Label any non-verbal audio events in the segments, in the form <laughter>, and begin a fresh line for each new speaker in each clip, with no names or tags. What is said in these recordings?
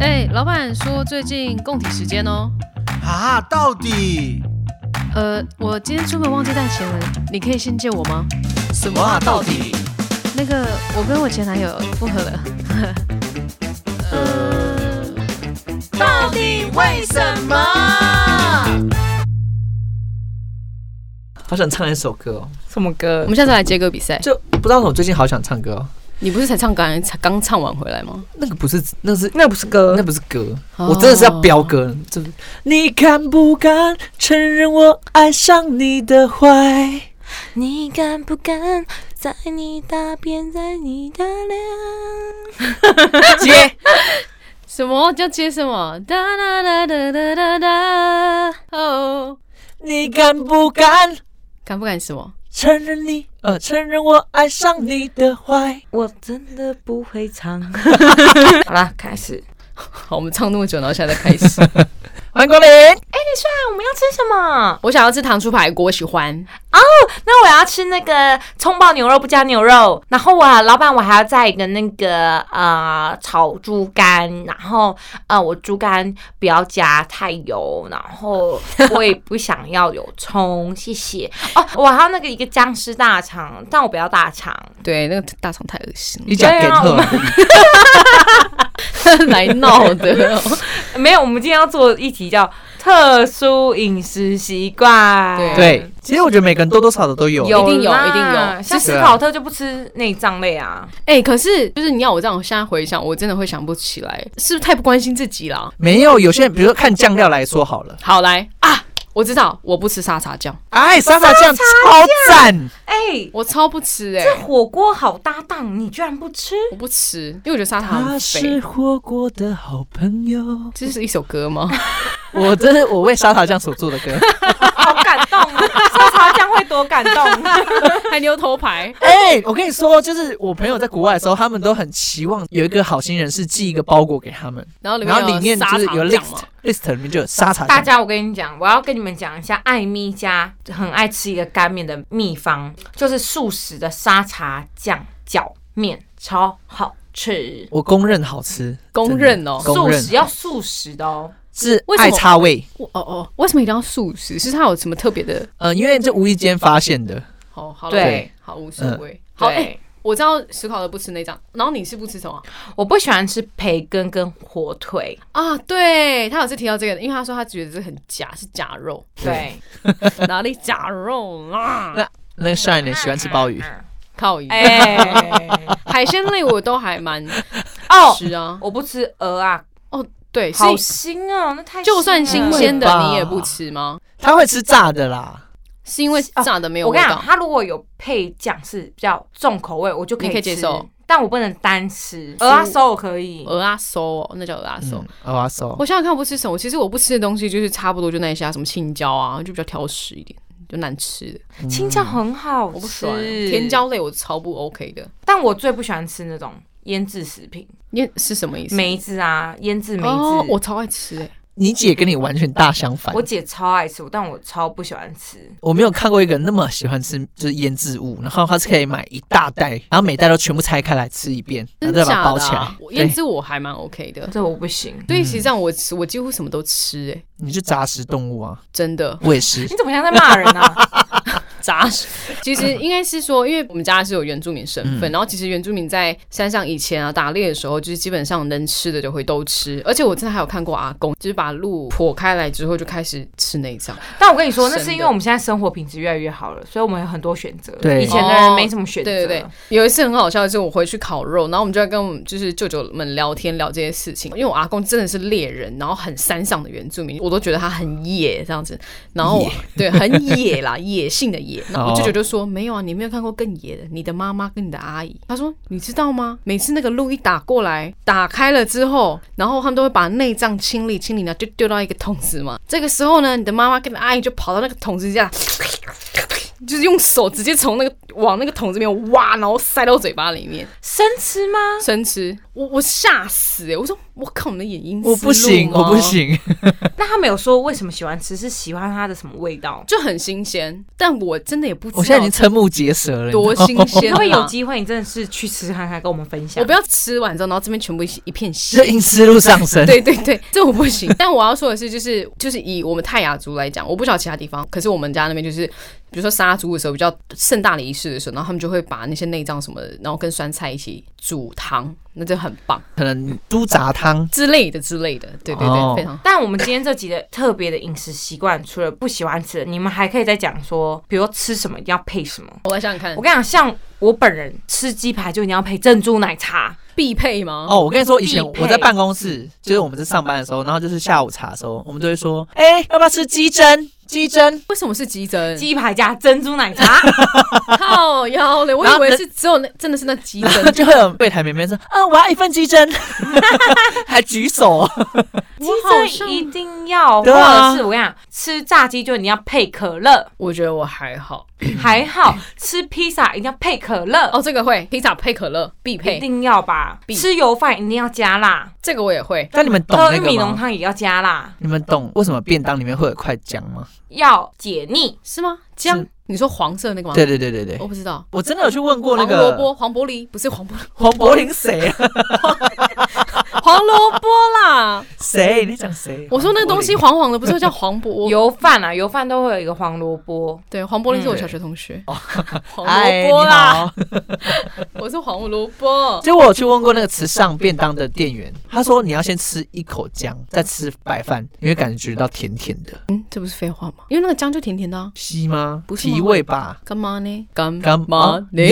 哎、老板说最近供体时间哦。
啊，到底
呃，我今天出门忘记带钱了，你可以先借我吗？
什么啊？到底？
那个，我跟我前男友复合了。呃，
到底为什么？
好想唱一首歌哦，
什么歌
呃我？们下次来接歌比赛。
就不知道为什么最近好想唱歌哦。
你不是才唱刚才刚唱完回来吗？
那个不是，那是
那不是歌
那，不是歌，
哦
我真的是要飙歌。这你敢不敢承认我爱上你的坏？
你敢不敢在你大便，在你的脸？
接
什么叫接什么？哒哒哒哒哒哒哒。哦，
你敢不敢
敢不敢什么？
承认你呃承认我爱上你的坏？
我真的不会 <laughs> 唱。好啦，开始。
好，我们唱那么久，然后现在再开 <laughs> 始。
欢迎光临，
那我们要吃什么？
我想要吃糖醋排骨，我喜欢。
那我要吃那个葱爆牛肉不加牛肉，然后我啊老板我还要再一个那个呃炒猪肝，然后呃我猪肝不要加太油，然后我也不想要有葱，谢谢。 <laughs> 哦，我还要那个一个僵尸大肠，但我不要大肠。
对，那个大肠太恶心
你讲给
对啊我
特
们，
了， <laughs> 来闹的。
没有，我们今天要做一题叫特殊饮食习惯。
对
对，其实我觉得每个人多多少少都有，
有
一定有
啦
一定有
像
是啊
斯考特就不吃内脏类啊，
<laughs> 哎、可是就是你要我这样，我现在回想，我真的会想不起来，是不是太不关心自己了？
没有有些人，比如说看酱料来说好了，
好来啊，我知道，我不吃沙茶酱，
哎，沙茶酱超赞，
哎、
我超不吃哎、
这火锅好搭档，你居然不 <laughs> 吃？
我不吃，因为我觉得沙茶很肥。
火锅的好朋友。
这是一首歌 <laughs> 吗？
我这是我为沙茶酱所做的歌。
<laughs>
好感动 <laughs> 哦，沙茶酱会多感动？
还牛头牌？
哎、我跟你说，就是我朋友在国外的时候，他们都很期望有一个好心人是寄一个包裹给他们，
然后里面
然后里面就是有
有沙茶酱
list
嘛
list 里面就有沙茶
大
酱。
家，我跟你讲，我要跟你们讲一下，艾咪家很爱吃一个干面的秘方，就是素食的沙茶酱饺面，超好吃。
我公认好吃，
公认哦
真的公
素
认
食要素食的哦，
是
为什么
爱插味。
我哦哦，为什么一定要素食？是它有什么特别的？
呃，因为这无意间发现的，
哦，好了
对，
好无所谓。好，
对。
哎、我知道史考的不吃内脏，然后你是不吃什么
我不喜欢吃培根跟火腿，
啊？对他有次提到这个，因为他说他觉得这很假，是假肉， <laughs>
对，
哪里假肉 <laughs> 啦？
那个帅呢喜欢吃鲍
啊
鱼，
靠鱼、
哎、 <laughs>
海鲜类我都还蛮
哦，
吃啊。
我不吃鹅啊，
对，所以
好腥哦，那太腥了
就算新鲜
腥
的
了吧
你也不吃吗？
他会吃炸的啦。
是啊因为炸的没有
我
味
跟你
道
讲，？它如果有配酱是比较重口味，我就
你可
以
以接
吃
受，
但我不能单吃。鹅啊烧我可以，
鹅啊馊哦，那叫鹅啊馊。
嗯，哦，阿手
我想想看，我不吃什么？其实我不吃的东西就是差不多就那一些啊，什么青椒啊，就比较挑食一点，就难吃的。
青椒很好吃，
我不喜欢甜，椒类，我超不 OK 的。
但我最不喜欢吃那种腌制食品，
你是什么意思？
梅子啊，腌制梅子。
哦，我超爱吃哎。
你姐跟你完全大相反
我。姐超爱吃，但我超不喜欢吃。
我没有看过一个人那么喜欢吃就是腌制物，然后他是可以买一大袋，然后每袋都全部拆开来吃一遍，然
真
后再
假
把它
的
包起来
啊？。我
对
腌制我还蛮 OK 的，
这我不行。
所以其实这样我吃我几乎什么都吃哎，
你就杂食动物啊，
真的。
我
<laughs>
也是。
你怎么像在骂人啊？
杂食。其实应该是说，因为我们家是有原住民身份，然后其实原住民在山上以前啊打猎的时候，就是基本上能吃的就会都吃。而且我真的还有看过阿公，就是把鹿剖开来之后就开始吃内脏。
但我跟你说，那
生
是
的
因为我们现在生活品质越来越好了，所以我们有很多选择。
对
以前的人没什么选择。
哦对对对，有一次很好笑的是，我回去烤肉，然后我们就在跟我们就是舅舅们聊天聊这些事情，因为我阿公真的是猎人，然后很山上的原住民，我都觉得他很野这样子，然
<laughs>
后我对很野啦， <laughs> 野性的野。然后
哦
我舅舅就说没有啊，你没有看过更野的，你的妈妈跟你的阿姨。他说你知道吗？每次那个鹿一打过来，打开了之后，然后他们都会把内脏清理清理呢，就丢到一个桶子嘛。这个时候呢，你的妈妈跟你的阿姨就跑到那个桶子下。就是用手直接从那个往那个桶子里面挖，然后塞到嘴巴里面
生吃吗？
生吃。我我吓死哎、我说我靠，你的眼睛啊
我不行，我不，行。
那他们有说为什么喜欢吃？是喜欢它的什么味道？
就很新鲜。但我真的也不知道，
我现在已经瞠目结舌了。
多新鲜啊，
会不会有机会？你真的是去吃看看，跟我们分享。
我不要吃完之后，然后这边全部一 <laughs> 一片血
这。阴湿路上升。
对对对， <laughs> 这我不行。但我要说的是，就是就是以我们泰雅族来讲，我不晓得其他地方，可是我们家那边就是，比如说杀猪的时候，比较盛大的仪式的时候，然后他们就会把那些内脏什么的，然后跟酸菜一起煮汤，那就很棒
可能猪杂汤。
之类的之类的。对对对，
哦
非常。
但我们今天这集的特别的饮食习惯，除了不喜欢吃的，你们还可以再讲说，比如说吃什么一定要配什么。
我来想想看
我，跟你讲，像我本人吃鸡排就一定要配珍珠奶茶，
必配吗？
哦，我跟你说，以前
必配
我在办公室，就是我们在上班的时候，然后就是下午茶的时候，我们都会说，哎、要不要吃鸡胗？鸡胗？
为什么是鸡胗？
鸡排加珍珠奶 <laughs> 茶。
靠腰嘞！我
然
以
后
为
那
是只有那真的是那鸡
然后
胗。
<laughs>
就会有柜台妹妹说，嗯，我要一份鸡胗，还举手。
鸡
我好
胗
像
一定要，
对啊
或者是我跟你讲，吃炸鸡就你要配可乐，
我觉得我还好。
还好吃披萨一定要配可乐，
哦，这个会披萨配可乐必
一
配，
定要吧？
必
吃油饭一定要加辣，
这个我也会。
但你们懂那
喝哦玉米
个
浓
吗？
汤也要加辣，
你们懂为什么便当里面会有块姜吗？
要解腻。
是吗？姜
是？
你说黄色那个吗？
对，对对对对
我，不知道。
我真的有去问过那
哦黄萝
个
卜、黄柏林不是黄柏林，
黄柏林谁啊？
<laughs> 黄萝卜啦！ <laughs>
谁？你在讲谁？
我说那个东西
黄
黄黄的，不是叫黄 <laughs> 柏？
油饭啊，油饭都会有一个黄萝卜，
对，黄柏林是我小学同学。黄
柏林哎，
萝
你
卜啦，
好。
我是黄萝卜。
结果我去问过那个慈上便当的店员，他说你要先吃一口姜，再吃白饭，你会感觉到甜甜的，
嗯， <laughs> 这不是废话吗？因为那个姜就甜甜的啊。
吸吗？
不是吗
提味吧？
干嘛呢？干
干
嘛
嘛
呢？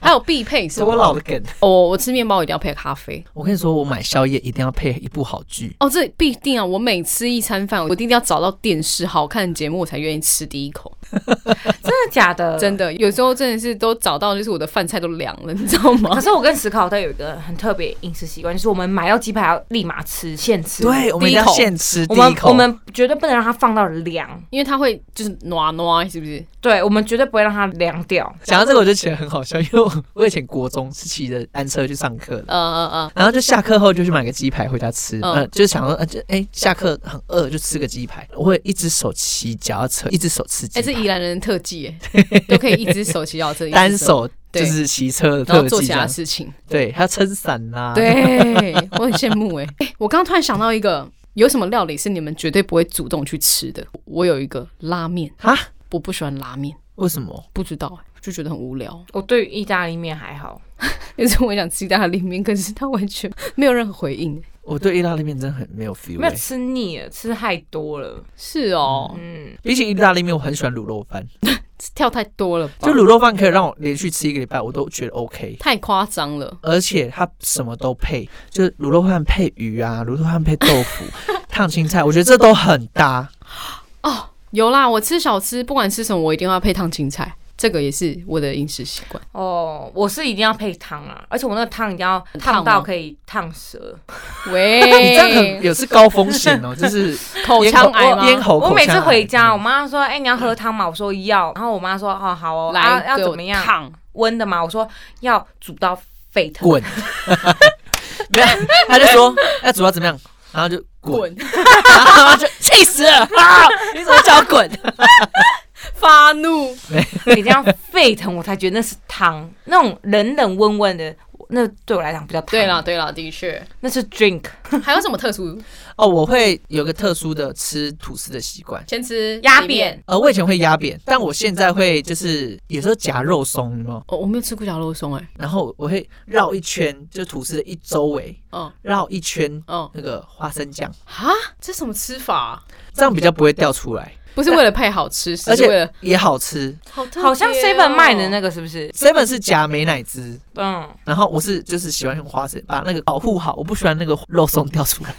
还有必配
是
是
我
吗？
老的梗。
哦，我吃面包一定要配咖啡。
我跟你说，我买宵夜一定要配一部好剧。
哦，这必定啊！我每吃一餐饭，我一定要找到电视好看的节目，我才愿意吃第一口。
真的
<laughs>
假的？
真
的。
的，有时候真的是都找到，就是我的饭菜都凉了，你知道吗
可？是我跟史考特有一个很特别饮食习惯，就是我们买到鸡排要立马吃，现吃。
对，我们一定要
第一口
现吃第
我
一
们
口。
我们绝对不能让它放到凉，
因为它会就是暖暖，是不是？
对我们绝对不会让它凉掉。
讲到这个，我就觉得很好笑，因为我我以前国中是骑着单车去上课的。
呃呃呃，
然后就下课后就去买个鸡排回家吃，
嗯
呃，就是想说，呃，就哎、下课很饿就吃个鸡排。我会一只手骑脚踏车，一只手吃鸡
哎、
排，
这宜兰人的特技
<laughs>
哎，都可以一只手骑到这里，
单手
对
就是骑车的
然后
特
做
技
其
这
他
样。啊
事情。
对，还要撑伞啦。，
对，我很羡慕哎、哎、我刚刚突然想到一个，有什么料理是你们绝对不会主动去吃的？我有一个拉面，
啊，
我不喜欢拉面，
为什么？
不知道哎、就觉得很无聊。
我对于意大利面还好，
有时候我想吃意大利面，可是它完全没有任何回应、
我对意大利面真的很没有 feel
没
欸、
有吃腻了，吃太多了。
是哦，
嗯，
比起意大利面，我很喜欢卤肉饭。
跳太多了吧？
就卤肉饭可以让我连续吃一个礼拜，我都觉得 OK。
太夸张了。
而且它什么都配，就是卤肉饭配鱼啊，卤肉饭配豆腐、 <laughs> 烫青菜，我觉得这都很搭。
哦，有啦，我吃小吃，不管吃什么，我一定要配烫青菜，这个也是我的饮食习 <laughs> 惯。
哦，我是一定要配汤啊，而且我那个汤一定要
哦
烫
烫吗
到可以烫舌。
你这样很
喂，
也是高风险哦，就是
哎口
咽
腔癌吗？
咽喉口
我每
腔啊癌
次
嗯
回家，我妈说：“哎、你要喝汤吗？”我说：“要。”然后我妈说：“哦，好哦，啊
来
要
给我
怎么样？
烫，
温的吗？”我说：“要煮到
<laughs>
沸腾。
滚，没有，他就说哎要煮到怎么样，然后就滚，
滚，
<laughs> 然后他就气死了啊！你怎么叫我
<laughs>
滚？
发怒。
一定要沸腾，我才觉得那是汤。那种冷冷温温的，那对我来讲比较
<laughs>
汤。
对啦，，对啦，的确。
那是 drink
还有什么特殊？
哦，我会有个特殊的吃吐司的习惯。
先吃
压
里面
扁。。
呃，我以前会压扁，但我现在会就是有时候夹肉松，你知道吗？
哦， <laughs> 我没有吃过绞肉松哎。
然后我会绕一圈，就吐司的一周围
嗯
绕一圈
嗯，
那个花生酱，
哈，这什么吃法啊？
这样比较不会掉出来，
不是为了配好 <laughs> 吃，是
而
为
且
了
也好吃。
好特哦
好像 seven 卖的那
个。
个是不是？
seven 是夹美乃滋，
嗯，
然后我是就是喜欢用花生把那个保护好，我不喜欢那个肉松掉出
<laughs>
来。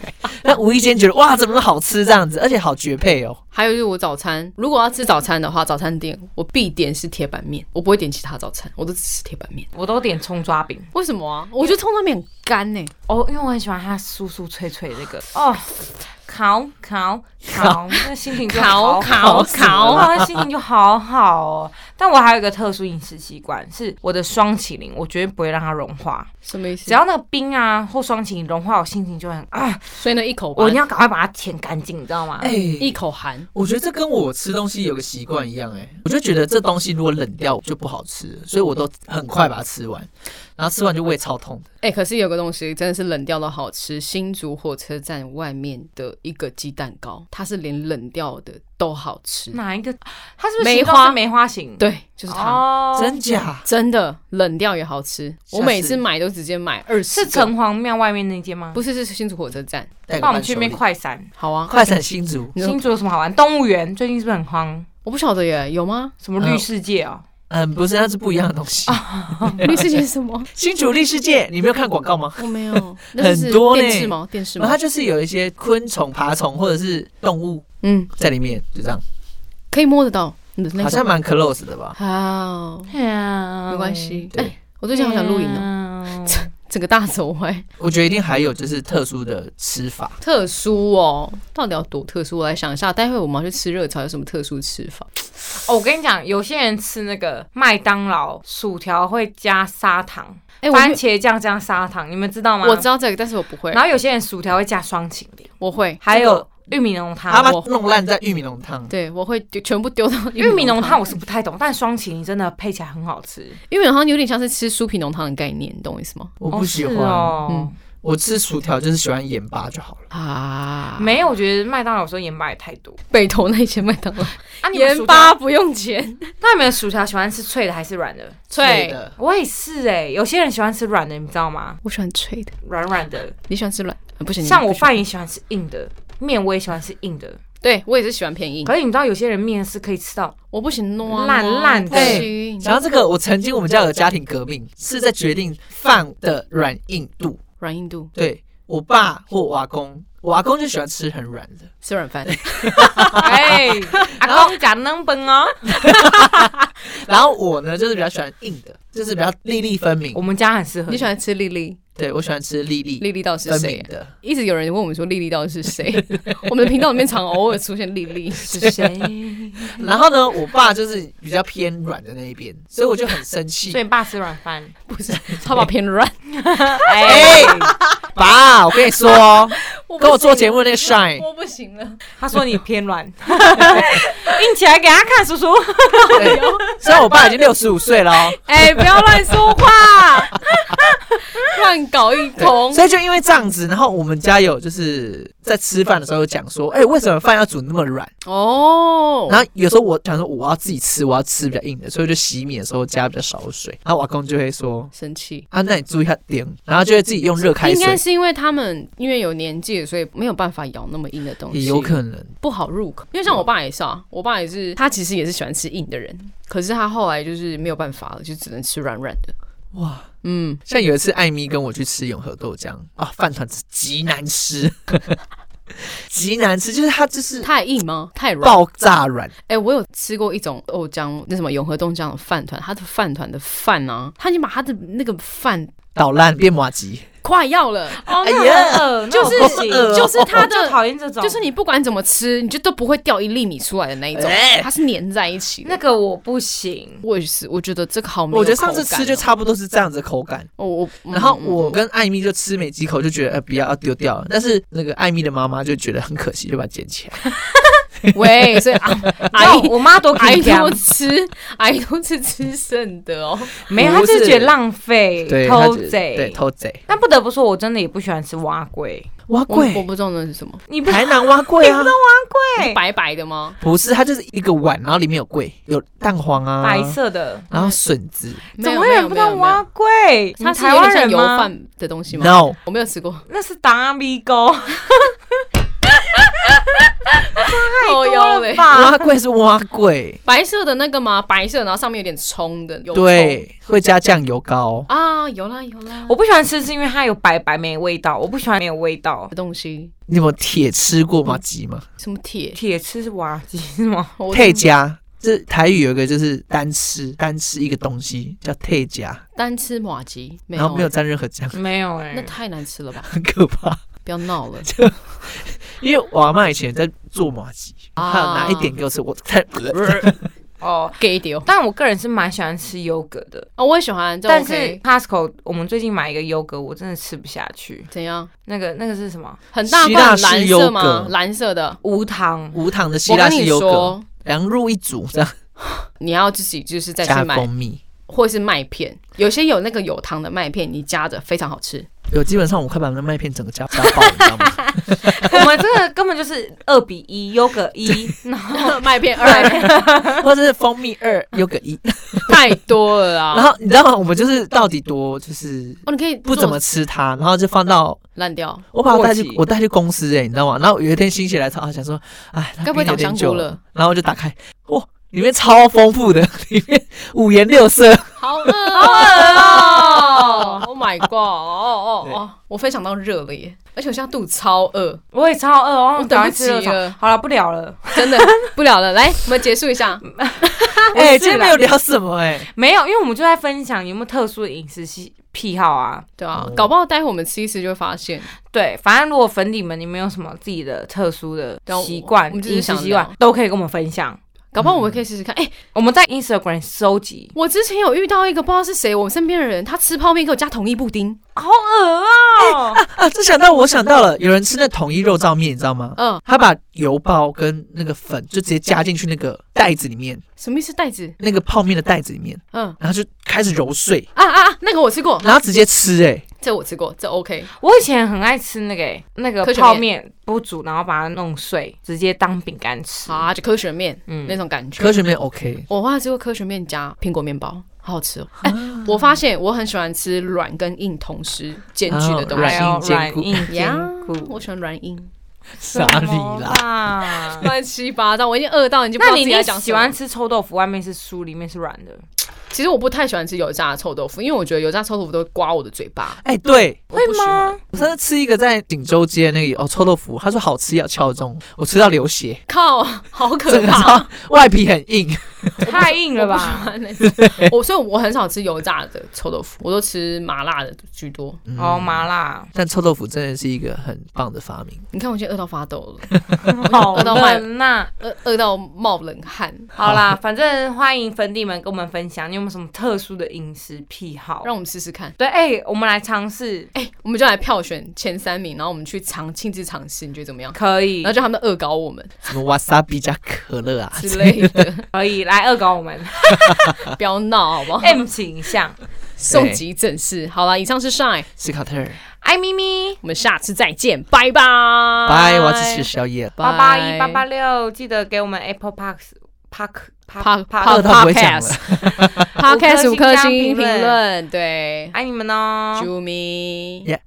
但无意间觉得哇，怎么那么好吃这样子，而且好绝配哦。
还有就是我早餐，如果要吃早餐的话，早餐店我必点是铁板面，我不会点其他早餐，我都只吃铁板面。
我都点葱抓饼
为什么啊？我觉得葱抓面很干呢、
哦，因为我很喜欢它酥酥脆脆的那个哦，烤烤烤，那心情
<laughs>
就
烤
好
烤
烤死了
烤，
哇，心情就好好哦。 <laughs> 但我还有一个特殊饮食习惯，是我的双麒麟，我绝对不会让它融化。
什么意思？
只要那个冰啊或双麒麟融化，我心情就很啊，
所以呢，一口
我
含
一定，要赶快把它舔干净，你知道吗？
哎、
一口含，
我觉得这跟我吃东西有个习惯一样、哎，我就觉得这东西如果冷掉就不好吃，所以我都很快把它吃完，然后吃完就胃超痛的。
哎、可是有个东西真的是冷掉的好吃，新竹火车站外面的一个鸡蛋糕，它是连冷掉的都好吃。
哪一个？它是不是
梅
形状
花
是梅花型？，
对，就是它，
哦，
真假？
真的冷掉也好吃。
下次
我每次买都直接买二十。
是城隍庙外面那间吗？
不是是新竹火车站，
带
那
个
我们去那边
伴手礼
快闪。
好啊，
快闪新竹，
你说
新竹有什么好玩？动物园最近是不是很夯？？
我不晓得耶，有吗
什么绿世界哦？
嗯，不是，那是不一样的东西。
绿世界是什么？
新竹历世界，你没有看广告吗？
我没有，那是
很多呢
电视吗？电视
然
吗
哦后它？就是有一些昆虫、爬虫或者是动物
嗯，
在里面，就这样，
可以摸得到你的那种。
好像蛮 close 的吧？
好，
对啊
哎没关。系。哎、
对
我最近
嗯
好想录影哦，
哦。
整个大走歪，
我觉得一定还有就是特殊的吃法，
特殊哦，到底要多特殊？我来想一下，待会我们要去吃热炒有什么特殊吃法？
哦，我跟你讲，有些人吃那个麦当劳薯条会加砂糖，
哎、我
番
会
茄酱加砂糖，你们知道吗？
我知。道这欸个，但是我不会
然，后有些人薯条会加双擎的，
我会，
还有玉米浓汤。
他把
我
弄烂在玉米浓汤。
对我会丢全部丢 <laughs> 到
玉米浓
汤。
汤我是不太懂，但双擎真的配起来很好吃。
玉米浓汤有点像是吃酥皮浓汤的概念，你懂我意思吗？
我不喜欢，
哦是哦
嗯
我吃薯条就是喜欢盐巴就好了。
啊，
没有，我觉得麦当劳有时候盐巴也太多。
北投 <laughs> 那些麦当劳
啊，你们
盐
薯
巴
条，
不用钱，
那你们薯条喜欢吃脆的还是软的？
脆
的，
我也是哎、有些人喜欢吃软的，你知道吗？
我喜欢脆的，
软软的，
你喜欢吃软？啊不行，
像
你不
我
喜欢
饭也喜欢吃硬的，面我也喜欢吃硬的。
对我也是喜欢偏硬，
可是你知道有些人面是可以吃到
我不行弄啊
烂烂的
不行
讲到这个，我曾经我们家有家庭革命，是在决定饭的软硬度。
软硬度
对我爸或我阿公，我阿公就喜欢吃很软的，
吃软 <laughs> 饭，
<laughs> 哎，阿公讲能本哦。
然后我呢就是比较喜欢硬的，就是比较粒粒分明
我。们家很适合。
你喜欢吃粒粒？
对我喜欢吃粒粒
莉莉到底是
分
谁
明？的。
一直有人问我们说莉莉到底是谁？ <laughs> 我们的频道里面常偶尔出现莉莉，
是谁？
然后呢，我爸就是比较偏软的那一边，所以我就很生气
<laughs> 所。以爸吃软饭。
不是他把偏软，
<laughs> 哎，
爸，我跟你说哦， <laughs> 跟我做节
目，
目那个 Shine，
我不行了。
他说你偏软， <laughs> 硬起来给他看，叔叔。
对虽然我爸已经六十五岁了哦，
哎，不要乱说话，乱搞一
对 <laughs>
通。
所以就因为这样子，然后我们家有就是在吃饭的时候有讲说，哎、为什么饭要煮那么软？
哦，
然后有时候我想说我要自己吃，我要吃比较硬的，所以就洗米的时候加比较少水。然后我阿公就会说。
生气。
啊，那你注意一下点，然后就会自己用热开
应该
水，
是因为他们因为有年纪，所以没有办法咬那么硬的东西，
也有可能。
不好入口。因为像我爸也是啊，我爸也是，他其实也是喜欢吃硬的人，可是他后来就是没有办法了，就只能吃软软的。
哇，
嗯，
像有一次艾米跟我去吃永和豆浆啊，饭团子极难吃， <laughs> 极难吃，就是它就是
太硬吗？太软？
爆炸软，
哎、我有吃过一种豆浆，那什么永和豆浆的饭团，它的饭团的饭啊，它已经把它的那个饭
捣烂变麻吉。
快要了，
<laughs> 哦，
哎呀
那
就
就是
是
不行，
就是它
他就
的。
讨厌这种，
就是你不管怎么吃，你就都不会掉一粒米出来的那一种，它是粘在一起
哎那
的。
个我不行。
我也是，我觉得这个好没有
我觉得上次
口感
吃就
哦
差不多是这样子的口感。
哦我，嗯
然后
嗯
我跟艾米就吃没几口就觉得呃不要要丢掉了，但是那个艾米的妈妈就觉得很可惜，就把它捡起
哎
来。
嗯喂，所以
<laughs>
阿阿
哎，
姨
我妈多
阿
开
姨
讲
都，吃，阿姨都是吃剩的哦。
没有，她
不
就是是觉得浪费，
对，她
偷
就对
贼。
偷贼
但不得不说，我真的也不喜欢吃蛙龟。
蛙
我我
贵，
不知道那是什么，
你不
台南蛙贵
<laughs>
啊，
对
白白的吗？
不是，它就是一个碗，然后里面有贵，有蛋黄啊，
白，色的，
然后笋子。
没
怎么
有
会
没
有
有
人
没
不知道
有没
蛙
有，
贵？你
它是
台
有点
湾
像
人
油
吗？
饭的东西吗
No，
我没有吃过，
那是达米狗，
太
多 <laughs> 了吧？
蛙贵是蛙贵，
白色的那个吗？白色，然后上面有点葱的，有
对，会加酱油膏。
葱啊，有啦有啦，
我不喜欢吃，是因为它有白白没味道，我不喜欢没有味道
的。东西
你有没有铁吃过吗？鸡吗？
什么铁
铁吃是瓦吉是 <laughs> 吗？
我
配加，这台语有一个就是单吃，单吃一个东西叫配加，
单吃马吉，没
然后没有
有，欸
沾任何酱， <laughs>
没有哎、
那太难吃了吧？
<laughs> 很可怕。
不要闹了，
因为我阿妈以前在做麻吉，
啊
她有拿一点给我吃，我才
<laughs> 哦。
给丢
但我个人是蛮喜欢吃优格的，
啊，我也喜欢，这
但
OK
是 Costco 我们最近买一个优格，我真的吃不下去。
怎样？
那个那个是什么？
很大
希腊
罐
式
蓝
优
色
格
吗？蓝色的，
无
<laughs>
糖
无糖的希
我
腊
跟
式
你
优格，
说，
两入一组这样
你要自己就是再去
加
买
蜂，蜜。
或是麦片，有些有那个有糖的麦片，你加着非常好吃。
有基本上我快把那麦片整个加加爆，你知道吗？
我们这个根本就是二比一，优格
<laughs>
一，然后
<laughs> 麦 <laughs> 片二
或者是蜂蜜二有个一，
太多了
然
啦，
后你知道吗？我们就是到底多就是
哦，你可以
不怎么吃它，然后就放到
烂掉，
我把它带去
过期
我带去公司哎、你知道吗？然后有一天心血来潮啊，想说哎，那
该不会
冰
长
有点
香
久
菇
了，
了？
然后我就打开，哇，里面超丰富的， <laughs> 里面五颜六色，
好饿
好恶哦！
！Oh my god！哦哦哦，我分享到热了耶，而且我现在肚子超饿，
我也超饿，哦
我
赶
等不
快吃
及
热炒
了，
好了，不聊
<laughs>
了。
真的不了了。来，我们结束一下。
嗯
哎、
是
今天
啦
没有聊什么哎、
没有，因为我们就在分享有没有特殊的饮食习癖好啊。
对啊
哦，
搞不好待会我们吃一吃就会发现。
对，反正如果粉底们你们有什么自己的特殊的
对啊我
习惯
我、们就是
饮食
想
习惯
聊，
都可以跟我们分享。
搞不好我们可以试试看。哎、
我们在 Instagram 收集，
我之前有遇到一个不知道是谁，我们身边的人，他吃泡面给我加统一布丁，
好 <laughs> 恶哦、
啊，这想到我想到了，有人吃那统一肉燥面，你知道吗？
嗯，
他把油包跟那个粉就直接加进去那个袋子里面，
什么意思？袋子？
那个泡面的袋子里面，
嗯，
然后就开始揉碎，
啊啊，啊那个我吃过，
然后直接吃哎、
这我吃过，这 OK。
我以前很爱吃那个欸那个
科学面
泡面，不煮然后把它弄碎，直接当饼干吃。
啊，就科学面，
嗯
那种感觉。
科学面 OK，
我还吃过科学面加苹果面包，好好吃哦。哎、我发现我很喜欢吃软跟硬同时兼具的东
软
还
西。
硬
有
兼
哎软
顾
硬
呀
兼
<laughs>
顾，
我喜欢软硬，
傻
什么
你啦。
啦 <laughs>
乱七八糟，我已经饿到你就不知
那
道
你
自
一
己在
定
讲
喜
什么
欢吃臭豆腐，外面是酥，里面是软的，
其实我不太喜欢吃油炸的臭豆腐，因为我觉得油炸臭豆腐都会刮我的嘴巴。
哎、对
我不喜欢？
我上次吃一个在锦州街那里哦臭豆腐，他说好吃要敲钟，我吃到流血，
靠，好可
整
<laughs>
个
怕！
超外皮很硬，
<laughs> 太硬了吧？
我所以我很少吃油炸的臭豆腐，我都吃麻辣的居多。
哦，麻辣，
但臭豆腐真的是一个很棒的发明。
你看我现在饿到发抖了，
<laughs> 好
饿到卖
冷呐！
饿饿到冒冷汗，
好啦，反正欢迎粉底们跟我们分享，你有没有什么特殊的饮食癖好？
让我们试试看。
对，哎，我们来尝试，
哎、我们就来票选前三名，然后我们去尝亲自尝试，你觉得怎么样？
可以
然后叫他们恶搞我们
什么瓦萨比加可乐啊？
之类的，
可以来恶搞我 <laughs> 们
<laughs> 不要闹好不
哎
好？
M 形象，
送急诊室。好了，以上是 Shine，
斯卡特，
爱咪咪。
我们下次再见，拜拜。
拜，我要去吃宵夜了。
八八一八八六，记得给我们 Apple Park Park
Park-
Park
饿
Park-
到不会讲了
Podcast Podcast
五
五
颗
颗
星哎
星评
评论
论，对，
爱你们哦。
啾咪。
耶